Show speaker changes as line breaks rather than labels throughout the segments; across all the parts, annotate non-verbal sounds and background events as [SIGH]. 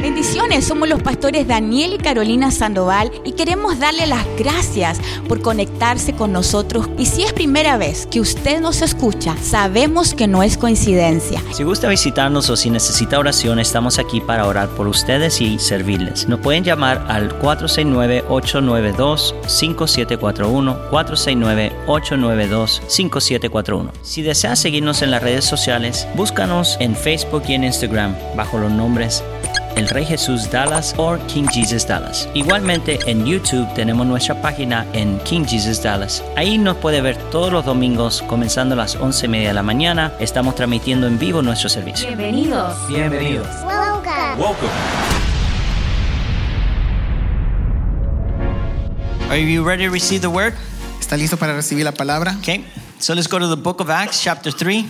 Bendiciones, somos los pastores Daniel y Carolina Sandoval y queremos darle las gracias por conectarse con nosotros. Y si es primera vez que usted nos escucha, sabemos que no es coincidencia.
Si gusta visitarnos o si necesita oración, estamos aquí para orar por ustedes y servirles. Nos pueden llamar al 469-892-5741, 469-892-5741. Si desea seguirnos en las redes sociales, búscanos en Facebook y en Instagram bajo los nombres el Rey Jesús Dallas o King Jesus Dallas. Igualmente en YouTube tenemos nuestra página en King Jesus Dallas. Ahí nos puede ver todos los domingos comenzando a las 11 y media de la mañana. Estamos transmitiendo en vivo nuestro servicio.
Bienvenidos.
Bienvenidos.
Welcome. Welcome.
Are you ready to receive the word?
¿Está listo para recibir la palabra?
Okay. So let's go to the book of Acts chapter 3.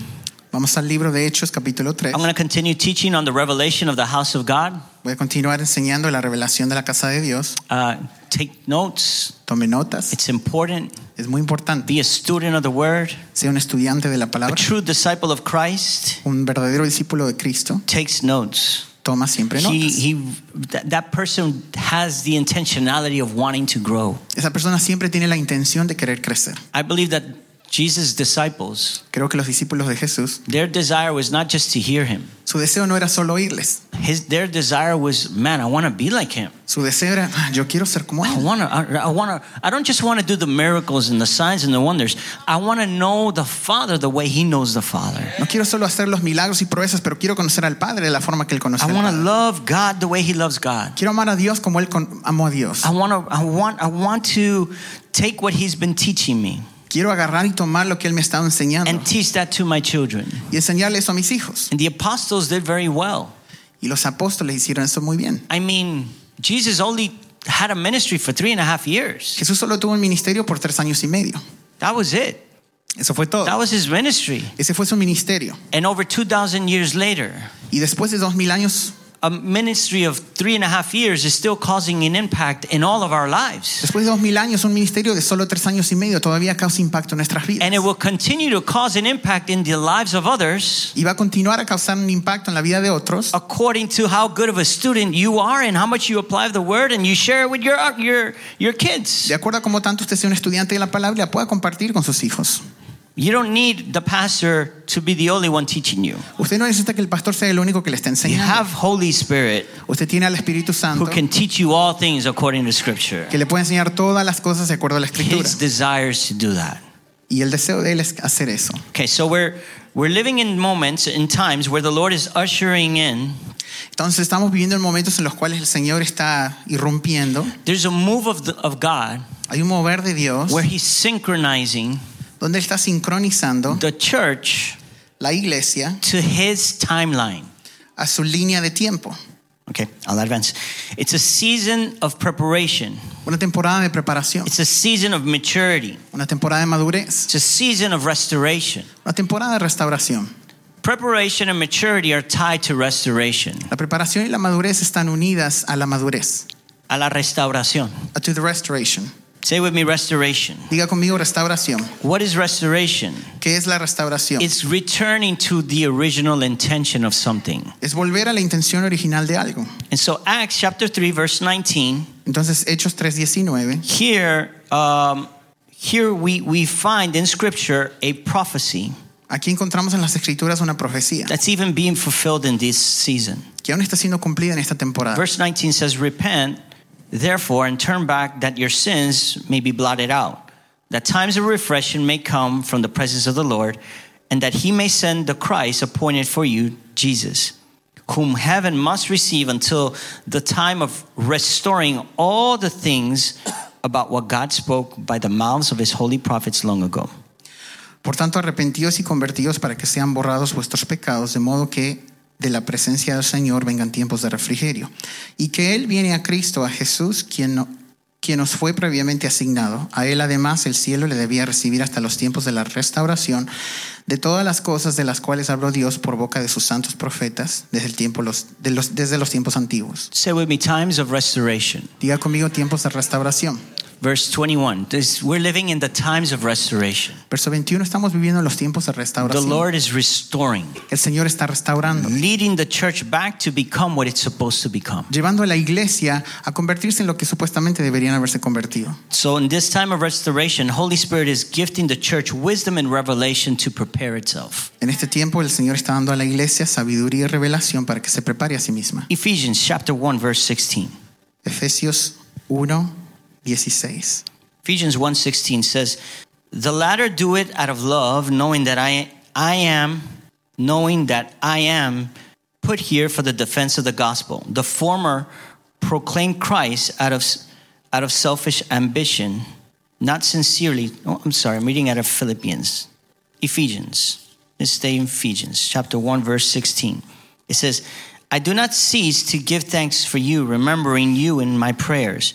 Vamos al libro de Hechos capítulo 3.
I'm going to continue teaching on the revelation of the house of God.
Voy a continuar enseñando la revelación de la casa de Dios.
Uh, take notes.
Tome notas.
It's important.
Es muy importante.
Be a student of the word.
Sea un estudiante de la
A
palabra.
true disciple of Christ
Un verdadero discípulo de Cristo
takes notes.
toma siempre
He,
notas.
he, that, that person has the intentionality of wanting to grow.
Esa persona siempre tiene la intención de querer crecer.
I believe that Jesus' disciples,
Creo que los discípulos de Jesús,
their desire was not just to hear him.
su deseo no era solo oírles.
His, their desire was, man, I want to be like him.
Su deseo era, "Ah, yo quiero ser como
I
él.
want to. I, I want to. I don't just want to do the miracles and the signs and the wonders. I want to know the Father the way He knows the Father.
No quiero solo hacer los milagros y proezas, pero quiero conocer al Padre de la forma que él conoce
I
al
want to
Padre.
love God the way He loves God.
Quiero amar a Dios como él con- amó a Dios.
I want to. I want. I want to take what He's been teaching me
Quiero agarrar y tomar lo que él me ha estado enseñando
and teach that to my children.
y enseñarle eso a mis hijos.
And the apostles did very well.
Y los apóstoles hicieron eso muy bien.
I mean, Jesus only had a ministry for three and a half years.
Jesús solo tuvo un ministerio por tres años y medio.
That was it.
Eso fue
That
todo.
was His ministry.
Ese fue su ministerio.
And over two thousand years later,
Y después de dos mil años,
a ministry of three and a half years is still causing an impact in all of our lives.
después de dos mil años, un ministerio de solo tres años y medio todavía causa impacto en nuestras vidas.
And it will continue to cause an impact in the lives of others
Y va a continuar a causar un impacto en la vida de otros
according to how good of a student you are and how much you apply the word and you share it with your, your, your kids.
de acuerdo a cómo tanto usted sea un estudiante de la palabra y la pueda compartir con sus hijos.
You don't need the pastor to be the only one teaching you.
Usted no necesita que el pastor sea el único que le esté
You have
enseñando.
Holy Spirit
Usted tiene al Espíritu
who
Santo
can teach you all things according to Scripture.
que le puede enseñar todas las cosas de acuerdo a la Escritura.
His desires to do that.
Y el deseo de él es hacer eso.
Okay, so we're, we're living in moments, in times where the Lord is ushering in
Entonces estamos viviendo en momentos en los cuales el Señor está irrumpiendo.
There's a move of, the, of God
Hay un mover de Dios
where He's synchronizing
donde Él está sincronizando
the church
la iglesia
to His timeline.
a su línea de tiempo.
Okay, I'll advance. It's a season of preparation,
Una temporada de preparación,
it's a season of maturity,
una temporada de madurez,
it's a season of restoration.
una temporada de restauración.
Preparation and maturity are tied to restoration,
La preparación y la madurez están unidas a la madurez,
a la restauración.
a to the restoration.
Say with me, restoration.
Diga conmigo restauración.
What is restoration?
¿Qué es la restauración?
It's returning to the original intention of something.
Es volver a la intención original de algo.
And so, Acts chapter 3, verse 19.
Entonces, Hechos 3:19,
here um, here we, we find in scripture a prophecy
aquí encontramos en las escrituras una profecía
that's even being fulfilled in this season
que aún está siendo cumplida en esta temporada.
verse 19 says repent therefore and turn back that your sins may be blotted out that times of refreshing may come from the presence of the lord and that he may send the christ appointed for you jesus whom heaven must receive until the time of restoring all the things about what god spoke by the mouths of his holy prophets long ago
Por tanto, arrepentidos y convertidos para que sean borrados vuestros pecados, de modo que de la presencia del Señor vengan tiempos de refrigerio. Y que Él viene a Cristo, a Jesús, quien, no- quien nos fue previamente asignado. A Él además el cielo le debía recibir hasta los tiempos de la restauración de todas las cosas de las cuales habló Dios por boca de sus santos profetas desde, el tiempo los, de los, desde los tiempos antiguos.
Say with me, times of restoration.
Diga conmigo tiempos de restauración.
Verse 21. This, we're living in the times of restoration.
Verso 21, estamos viviendo en los tiempos de
The
restauración.
Lord is restoring,
El Señor está restaurando,
leading the church back to become what it's supposed to become.
llevando a la iglesia a convertirse en lo que supuestamente deberían haberse convertido.
So in this time of restoration, Holy Spirit is gifting the church wisdom and revelation to prepare itself.
En este tiempo el Señor está dando a la iglesia sabiduría y revelación para que se prepare a sí misma.
Ephesians chapter 1 verse 16.
Efesios 1, 16.
Ephesians 1:16 says, "The latter do it out of love, knowing that I I am knowing that I am put here for the defense of the gospel. The former proclaim Christ out of out of selfish ambition, not sincerely. Oh, I'm sorry, I'm reading out of Philippians. Ephesians. Let's stay in Ephesians, chapter 1, verse 16. It says, I do not cease to give thanks for you, remembering you in my prayers,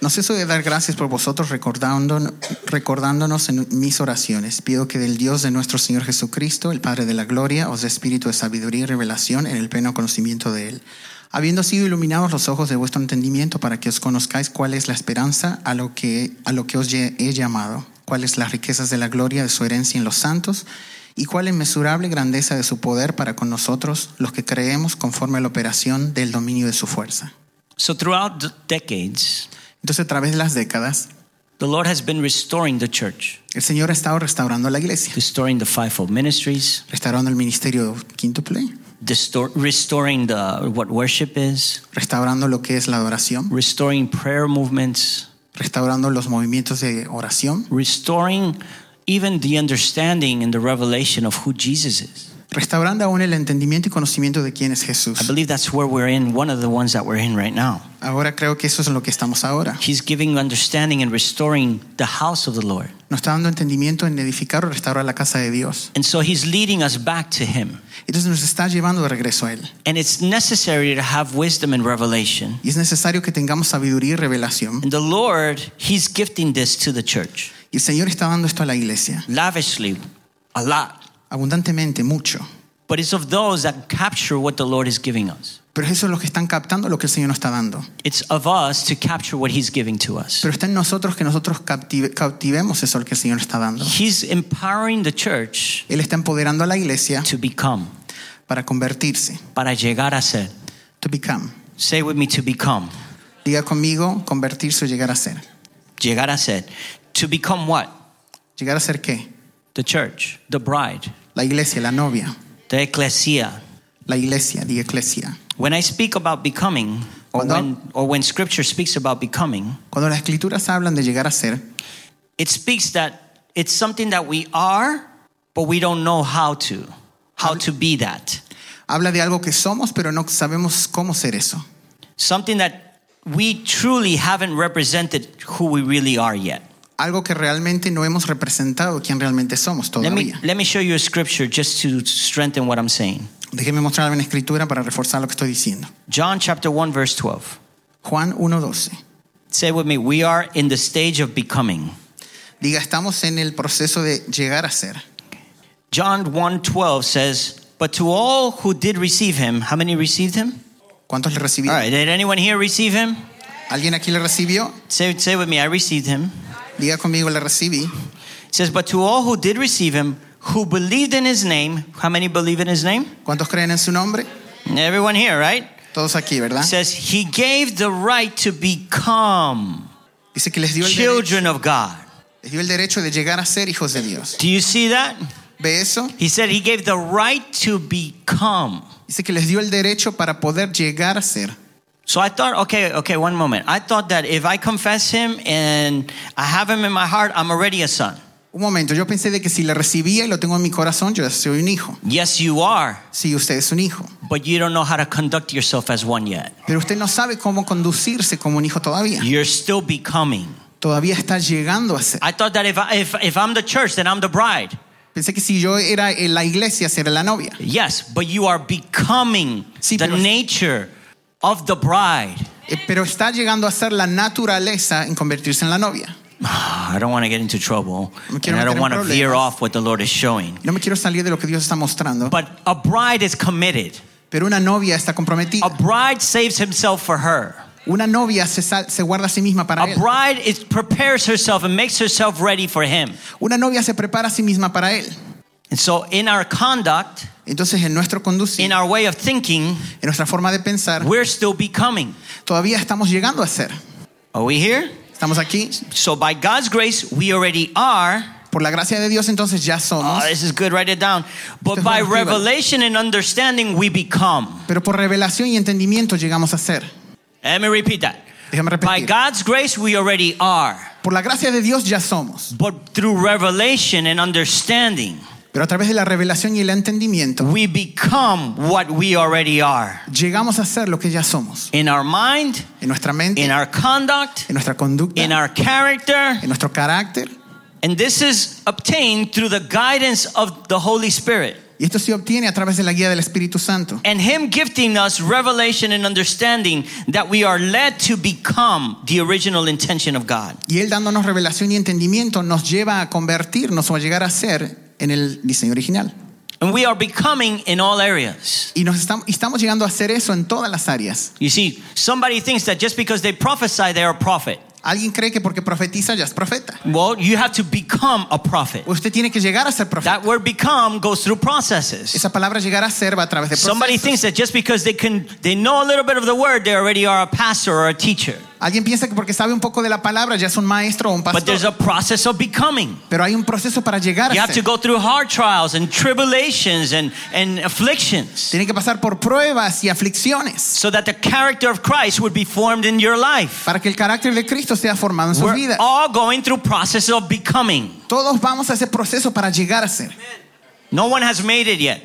No ceso de dar gracias por vosotros recordando- recordándonos en mis oraciones. Pido que del Dios de nuestro Señor Jesucristo, el Padre de la Gloria, os dé espíritu de sabiduría y revelación en el pleno conocimiento de Él, habiendo sido iluminados los ojos de vuestro entendimiento para que os conozcáis cuál es la esperanza a lo que, a lo que os lle- he llamado, cuáles las riquezas de la gloria de su herencia en los santos y cuál inmesurable grandeza de su poder para con nosotros, los que creemos conforme a la operación del dominio de su fuerza.
So, throughout the decades,
Entonces, a través de las décadas,
the Lord has been restoring the church,
El Señor ha estado restaurando la iglesia,
restoring the fivefold ministries,
restaurando el ministerio quíntuple,
distor- restoring the, what worship is,
restaurando lo que es la adoración,
restoring prayer movements,
restaurando los movimientos de oración,
restoring even the understanding and the revelation of who Jesus is.
restaurando aún el entendimiento y conocimiento de quién es Jesús.
I believe that's where we're in, one of the ones that we're in right now.
Ahora creo que eso es en lo que estamos ahora.
He's giving understanding and restoring the house of the Lord.
Nos está dando entendimiento en edificar o restaurar la casa de Dios.
And so he's leading us back to him.
Entonces nos está llevando de regreso a Él.
And it's necessary to have wisdom and revelation.
Y es necesario que tengamos sabiduría y revelación.
And the Lord, he's gifting this to the church
Y el Señor está dando esto a la iglesia,
lavishly, a lot.
abundantemente, mucho.
But it's of those that capture what the Lord is giving us.
Pero eso es lo que están captando lo que el Señor nos está dando.
It's of us to capture what he's giving to us.
Pero está en nosotros que nosotros captive- cautivemos eso que el Señor está dando.
He's empowering the church
Él está empoderando a la iglesia
to become.
para convertirse.
Para llegar a ser.
To become.
Say with me, to become.
Diga conmigo, convertirse o llegar a ser.
Llegar a ser. To become what?
¿Llegar a ser qué?
The church, the bride,
La iglesia, la novia.
the ecclesia,
La iglesia, la iglesia.
When I speak about becoming, or
Cuando-
when, or when scripture speaks about becoming,
Cuando las escrituras hablan de llegar a ser,
it speaks that it's something that we are, but we don't know how to, how to be that.
habla de algo que somos, pero no sabemos cómo ser eso.
Something that we truly haven't represented who we really are yet.
Algo que realmente no hemos representado quién realmente somos
Let me,
todavía.
let me show you a scripture just to strengthen what I'm saying.
Déjeme mostrar una escritura para reforzar lo que estoy diciendo.
John chapter 1, verse 12.
Juan 1.12.
Say with me, we are in the stage of becoming.
Diga, estamos en el proceso de llegar a ser.
John 1:12 says, But to all who did receive him, how many received him?
¿Cuántos le
All
recibieron?
right, did anyone here receive him?
¿Alguien aquí le recibió?
Say, say with me, I received him.
Diga conmigo, le recibí.
It says, But to all who did receive him, who believed in his name, how many believe in his name?
¿Cuántos creen en su nombre?
Everyone here, right?
Todos aquí,
It
¿verdad?
says, He gave the right to become
Dice que les dio, el derecho,
children of God.
les dio el derecho de llegar a ser hijos de Dios.
Do you see that?
¿Ve eso?
He said, He gave the right to become.
Dice que les dio el derecho para poder llegar a ser.
So I thought, okay, okay, one moment. I thought that if I confess him and I have him in my heart, I'm already a son.
Un momento, yo pensé de que si le recibía y lo tengo en mi corazón, yo soy un hijo.
Yes, you are,
Sí, usted es un hijo.
but you don't know how to conduct yourself as one yet.
Pero usted no sabe cómo conducirse como un hijo todavía.
You're still becoming.
Todavía está llegando a ser.
I thought that if, I, if, if I'm the church, then I'm the bride.
Pensé que si yo era en la iglesia, será la novia.
Yes, but you are becoming
Sí,
the
pero-
nature of the bride.
Eh, Pero está llegando a ser la naturaleza en convertirse en la novia.
Ah, I don't want to get into trouble.
No quiero
And I don't
meter en
want to veer
problemas.
off what the Lord is showing.
No me quiero salir de lo que Dios está mostrando,
But a bride is committed.
pero una novia está
A
comprometida.
bride saves himself for her.
Una novia se, sal- se guarda a sí misma para
A
él.
bride is prepares herself and makes herself ready for him.
Una novia se prepara a sí misma para él.
And so in our conduct,
Entonces, en nuestro conducir,
in
en
our way of thinking,
nuestra forma de pensar,
we're still becoming.
todavía estamos llegando a ser.
Are we here?
Estamos aquí.
So by God's grace, we already are.
Por la gracia de Dios, entonces ya somos.
Oh, this is good. Write it down. But
Esto es
by
motiva.
revelation and understanding, we become.
Pero por revelación y entendimiento llegamos a ser.
Let me repeat that.
Déjame
By
repetir.
God's grace, we already are.
Por la gracia de Dios ya somos.
But through revelation and understanding,
Pero a través de la revelación y el entendimiento,
we become what we already are.
llegamos a ser lo que ya somos.
In our mind,
En nuestra mente,
in
en
our conduct,
nuestra conducta,
in
en
our character.
nuestro carácter.
And this is obtained through the guidance of the Holy Spirit.
Y esto se obtiene a través de la guía del Espíritu Santo.
and him gifting us revelation and understanding that we are led to become the original intention of God.
Y Él dándonos revelación y entendimiento nos lleva a convertirnos o a llegar a ser en el diseño original.
And we are becoming in all areas.
Y nos estamos, y estamos llegando a hacer eso en todas las áreas.
You see, somebody thinks that just because they prophesy, they are a prophet.
Alguien cree que porque profetiza ya es profeta.
Well, you have to become a prophet.
Usted tiene que llegar a ser profeta.
That word become goes through processes.
Esa palabra llegar a ser va a través de
Somebody
procesos.
thinks that just because they can they know a little bit of the word, they already are a pastor or a teacher.
Alguien piensa que porque sabe un poco de la palabra ya es un maestro o un
But there's
pastor.
a process of becoming.
Pero hay un proceso para llegar
You
a
have to
ser.
go through hard trials and tribulations and, and afflictions.
Tiene que pasar por pruebas y aflicciones
so that the character of Christ would be formed in your life.
para que el carácter de Cristo sea formado en su
We're
vida.
all going through process of becoming.
Todos vamos a ese proceso para llegar a ser.
No one has made it yet.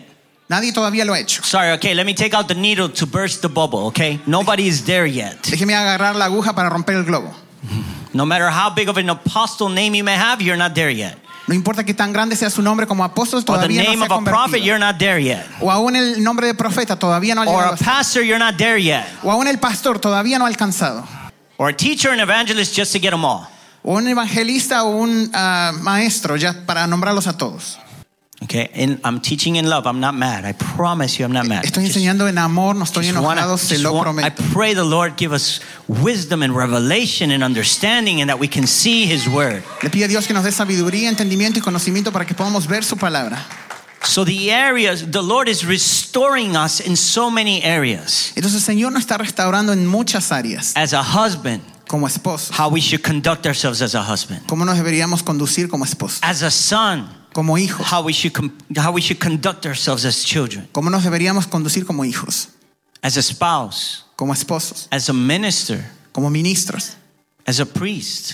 Nadie todavía lo ha hecho.
Sorry, okay, let me take out the needle to burst the bubble, okay? Nobody is there yet.
Déjeme agarrar la aguja para romper el globo.
No matter how big of an apostle name you may have, you're not there yet.
No importa que tan grande sea su nombre como apóstol,
Or the
todavía no
name
se ha
of a prophet,
convertido.
you're not there yet.
O aún el nombre de profeta todavía no ha
Or
llegado.
a
a ser.
pastor, you're not there yet.
O aún el pastor todavía no ha alcanzado.
Or a teacher and evangelist just to get them all.
O un evangelista o un ah, maestro, ya para nombrarlos a todos.
Okay, and I'm teaching in love. I'm not mad. I promise you, I'm not mad.
Estoy
Just-
enseñando en amor, no estoy
Just wanna-
enojado, se
just
lo
want- I
prometo.
pray the Lord give us wisdom and revelation and understanding and that we can see his word.
Le pido a Dios que nos dé sabiduría, entendimiento y conocimiento para que podamos ver su palabra.
So the areas the Lord is restoring us in so many areas.
Entonces el Señor nos está restaurando en muchas áreas,
As a husband,
como esposo,
how we should conduct ourselves as a husband.
cómo nos deberíamos conducir como esposo,
As a son,
como hijos,
how we should com- how we should conduct ourselves as children.
cómo nos deberíamos conducir como hijos,
As a spouse,
como esposos,
as a minister,
como ministros,
as a priest.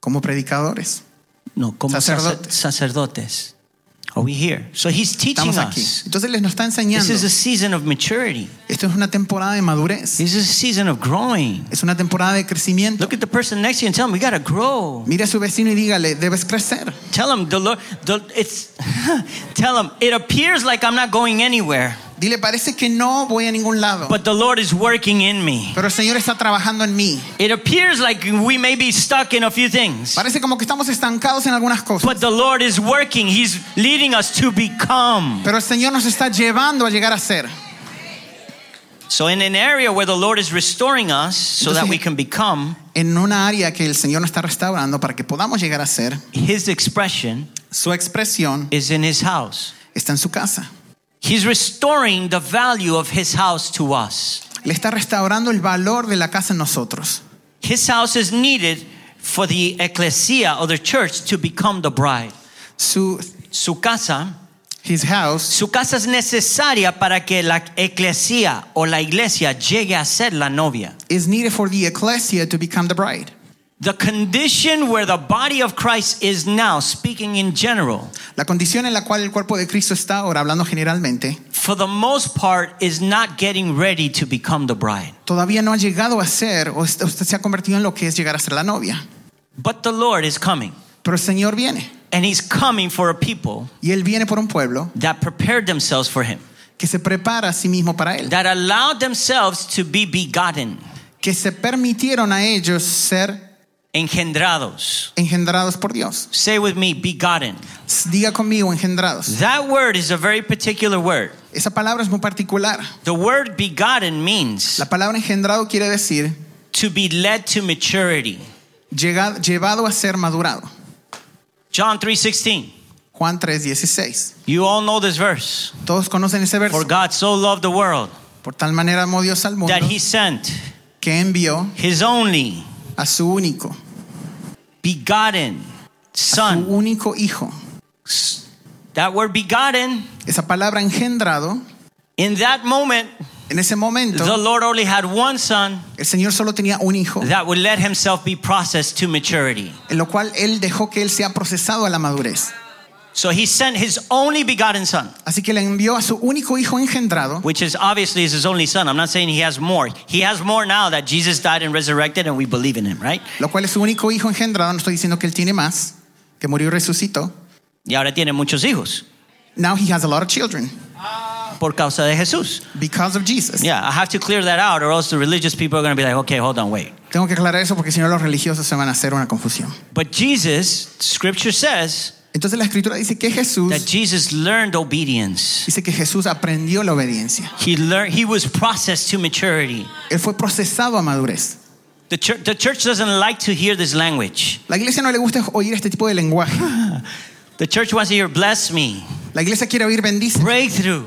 como predicadores.
No, como sacer-
Sacerdote.
sacerdotes. Are we here? So he's teaching
Estamos aquí.
us.
Entonces les nos está enseñando.
This is a season of maturity.
Esto es una temporada de madurez.
This is a season of growing.
Es una temporada de crecimiento.
Look at the person next to you and tell them, we got to grow.
Mire a su vecino y dígale, debes crecer.
Tell them, the Lord, the, it's, [LAUGHS] tell them, it appears like I'm not going anywhere,
Dile, parece que no voy a ningún lado,
but the Lord is working in me.
pero el Señor está trabajando en mí.
It appears like we may be stuck in a few things,
Parece como que estamos estancados en algunas cosas,
but the Lord is working. He's leading us to become.
pero el Señor nos está llevando a llegar a ser.
So, in an area where the Lord is restoring us so that we can become,
En una área que el Señor nos está restaurando para que podamos llegar a ser,
His expression
su expresión
is in His house.
está en su casa.
He's restoring the value of His house to us.
Le está restaurando el valor de la casa en nosotros.
His house is needed for the ecclesia or the church to become the bride.
Su,
Su casa,
his house,
su casa es necesaria para que la eclesia o la iglesia llegue a ser la novia.
is needed for the ecclesia to become the bride.
The condition where the body of Christ is now, speaking in general,
La condición en la cual el cuerpo de Cristo está ahora, hablando generalmente,
for the most part, is not getting ready to become the bride.
todavía no ha llegado a ser, o est- usted se ha convertido en lo que es llegar a ser la novia.
But the Lord is coming,
Pero el Señor viene.
and He's coming for a people
Y Él viene por un pueblo
that prepared themselves for Him,
que se prepara a sí mismo para Él.
that allowed themselves to be begotten,
Que se permitieron a ellos ser
engendrados.
engendrados por Dios.
Say with me, begotten.
Diga conmigo, engendrados.
That word is a very particular word.
Esa palabra es muy particular.
The word begotten means
La palabra engendrado quiere decir
to be led to maturity.
llegado- llevado a ser madurado.
John 3:16.
Juan 3:16.
You all know this verse.
Todos conocen ese
For
verso.
God so loved the world
Por tal manera amó Dios al mundo
that he sent
que envió
his only
a su único,
begotten
su
son.
único hijo.
That word begotten,
Esa palabra engendrado,
in that moment,
en ese
the
momento,
Lord only had one son
el Señor solo tenía un hijo,
that would let himself be processed to maturity.
en lo cual Él dejó que Él sea procesado a la madurez.
So he sent his only begotten son,
Así que le envió a su único hijo engendrado,
which is obviously is his only son. I'm not saying he has more. He has more now that Jesus died and resurrected and we believe in him, right?
lo cual es su único hijo engendrado. No estoy diciendo que Él tiene más, que murió y resucitó.
Y ahora tiene muchos hijos
Now He has a lot of children
por causa de Jesús.
because of Jesus.
Yeah, I have to clear that out or else the religious people are going to be like, okay, hold on, wait.
Tengo que aclarar eso porque si no los religiosos se van a hacer una confusión.
But Jesus, scripture says
Entonces la escritura dice que Jesús
that Jesus learned obedience.
dice que Jesús aprendió la obediencia.
He learned he was processed to maturity.
Él fue procesado a madurez.
The church, the church doesn't like to hear this language.
La iglesia no le gusta oír este tipo
[LAUGHS]
de lenguaje.
The church wants to hear bless me,
La iglesia quiere oír bendice,
breakthrough,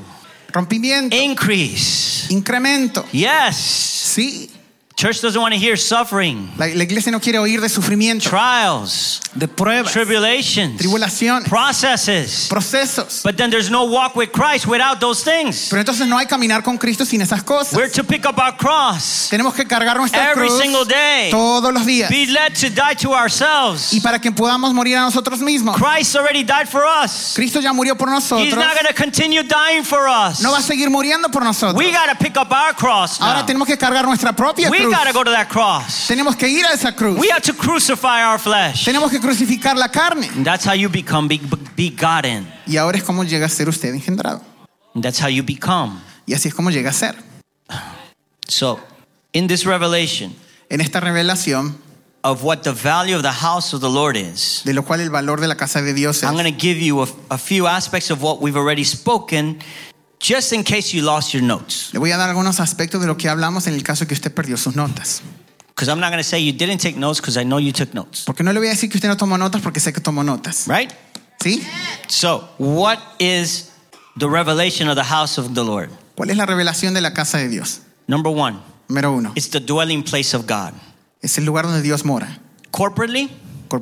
rompimiento,
increase.
incremento.
Yes.
Sí,
Church doesn't want to hear suffering,
la, la iglesia no quiere oír de sufrimiento,
trials,
de pruebas,
tribulations,
tribulaciones,
processes.
procesos.
But then there's no walk with Christ without those things.
Pero entonces no hay caminar con Cristo sin esas cosas.
We're to pick up our cross,
Tenemos que cargar nuestra
Every
cruz
single day.
todos los días
be led to die to
y
ourselves.
para que podamos morir a nosotros mismos.
Christ already died for us.
Cristo ya murió por nosotros.
He's not going to continue dying for us.
No va a seguir muriendo por nosotros.
We got to pick up our cross now.
Ahora tenemos que cargar nuestra propia
we
cruz.
got to go to that cross.
Tenemos que ir a esa cruz.
We have to crucify our flesh.
Tenemos que crucificar la carne.
And that's how you become be- begotten.
Y ahora es como llega a ser usted engendrado.
And that's how you become.
Y así es como llega a ser.
So, in this revelation
En esta revelación,
of what the value of the house of the Lord is,
de lo cual el valor de la casa de Dios es,
I'm going to give you a, a few aspects of what we've already spoken, just in case you lost your notes.
le voy a dar algunos aspectos de lo que hablamos en el caso que usted perdió sus notas.
Because I'm not going to say you didn't take notes, because I know you took notes.
Porque no le voy a decir que usted no tomó notas porque sé que tomó notas.
Right?
¿Sí?
So, what is the revelation of the house of the Lord?
¿Cuál es la revelación de la casa de Dios?
Number one,
Número uno,
it's the dwelling place of God,
es el lugar donde Dios mora,
corporately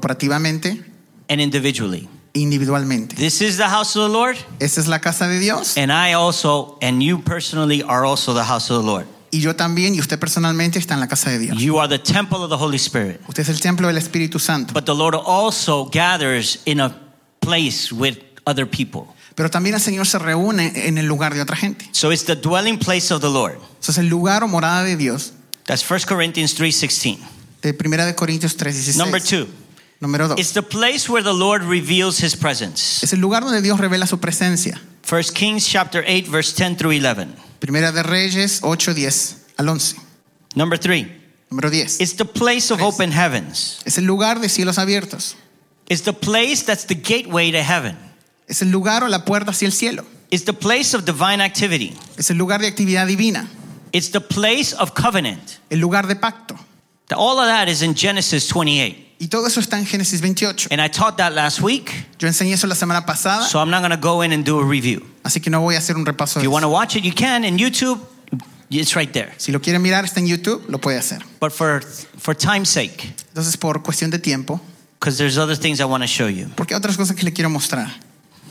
corporativamente,
and individually.
individualmente.
This is the house of the Lord,
Esa es la casa de Dios.
and I also, and you personally are also the house of the Lord.
Y yo también, y usted personalmente, está en la casa de Dios.
You are the temple of the Holy Spirit.
Usted es el templo del Espíritu Santo.
But the Lord also gathers in a place with other people.
Pero también el Señor se reúne en el lugar de otra gente.
So it's the dwelling place of the Lord.
Entonces el lugar o morada de Dios,
That's 1 Corinthians 3:16.
de 1 de Corintios 3:16.
Number 2,
Número 2.
it's the place where the Lord reveals his presence.
Es el lugar donde Dios revela su presencia.
1 Kings chapter 8 verse 10 through 11.
Primera de Reyes 8:10 al 11.
Number 3,
Número 10.
It's the place of
Tres.
open heavens.
Es el lugar de cielos abiertos.
It's the place that's the gateway to heaven.
Es el lugar o la puerta hacia el cielo.
It's the place of divine activity.
Es el lugar de actividad divina.
It's the place of covenant.
El lugar de pacto.
Th- All of that is in Genesis 28.
Y todo eso está en Génesis 28.
And I taught that last week,
Yo enseñé eso la semana pasada,
so I'm not going to go in and do a review.
así que no voy a hacer un repaso
If
de
you want to
eso.
watch it, you can. In YouTube, it's right there.
Si lo quiere mirar, está en YouTube, lo puede hacer.
But for, for time's sake,
Entonces, por cuestión de tiempo,
because there's other things I want to show you.
porque hay otras cosas que le quiero mostrar.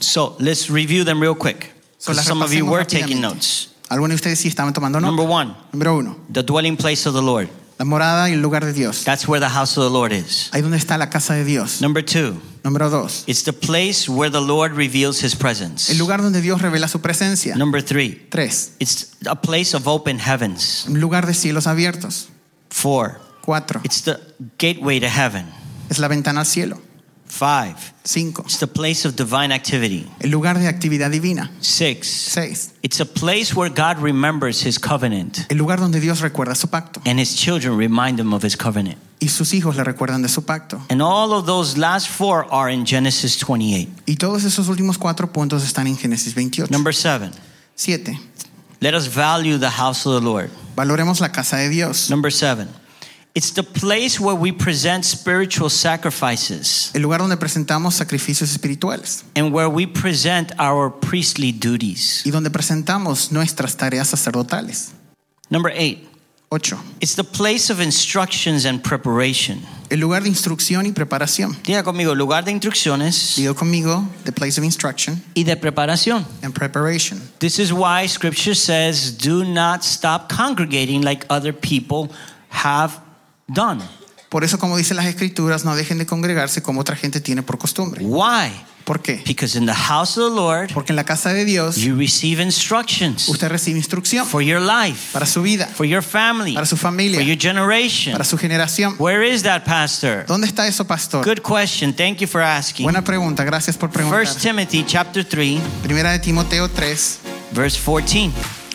So let's review them real quick.
So,
'cause
las
some of you
repasemos
were taking
rápidamente.
notes.
Algunos de ustedes sí estaban tomando
Number
nota.
one,
Número uno,
the dwelling place of the Lord.
la morada y el lugar de Dios.
That's where the house of the Lord is.
Ahí donde está la casa de Dios.
Number two,
Número dos,
It's the place where the Lord reveals his presence.
el lugar donde Dios revela su presencia.
Number three,
Tres,
it's a place of open heavens.
un lugar de cielos abiertos.
Four,
Cuatro,
it's the gateway to heaven.
es Es la ventana al cielo.
Five,
Cinco.
it's the place of divine activity.
El lugar de actividad divina.
Six,
Seis.
it's a place where God remembers his covenant
El lugar donde Dios recuerda su pacto.
and his children remind him of his covenant.
Y sus hijos le recuerdan de su pacto.
And all of those last four are in Genesis 28.
Y todos esos últimos cuatro puntos están en Génesis 28.
Number seven,
Siete.
let us value the house of the Lord.
Valoremos la casa de Dios.
Number seven, it's the place where we present spiritual sacrifices
El lugar donde presentamos sacrificios espirituales.
and where we present our priestly duties.
Y donde presentamos nuestras tareas sacerdotales.
Number eight,
Ocho.
it's the place of instructions and preparation.
El lugar de instrucción y preparación.
Diga conmigo, lugar de instrucciones
Digo conmigo, the place of instruction
y de preparación.
and preparation.
This is why scripture says, do not stop congregating like other people have done.
Por eso, como dicen las escrituras, no dejen de congregarse como otra gente tiene por costumbre.
Why?
¿Por qué?
Because in the house of the Lord,
Porque en la casa de Dios
you receive instructions
usted recibe instrucción
for your life,
para su vida,
for your family,
para su familia,
for your generation.
para su generación.
Where is that, Pastor?
¿Dónde está eso, pastor?
Good question. Thank you for asking.
Buena pregunta, gracias por preguntar.
First Timothy chapter 3,
Primera de Timoteo 3,
verse 14.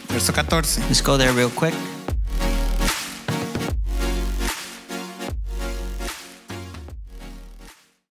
verso 14.
Let's go there real quick.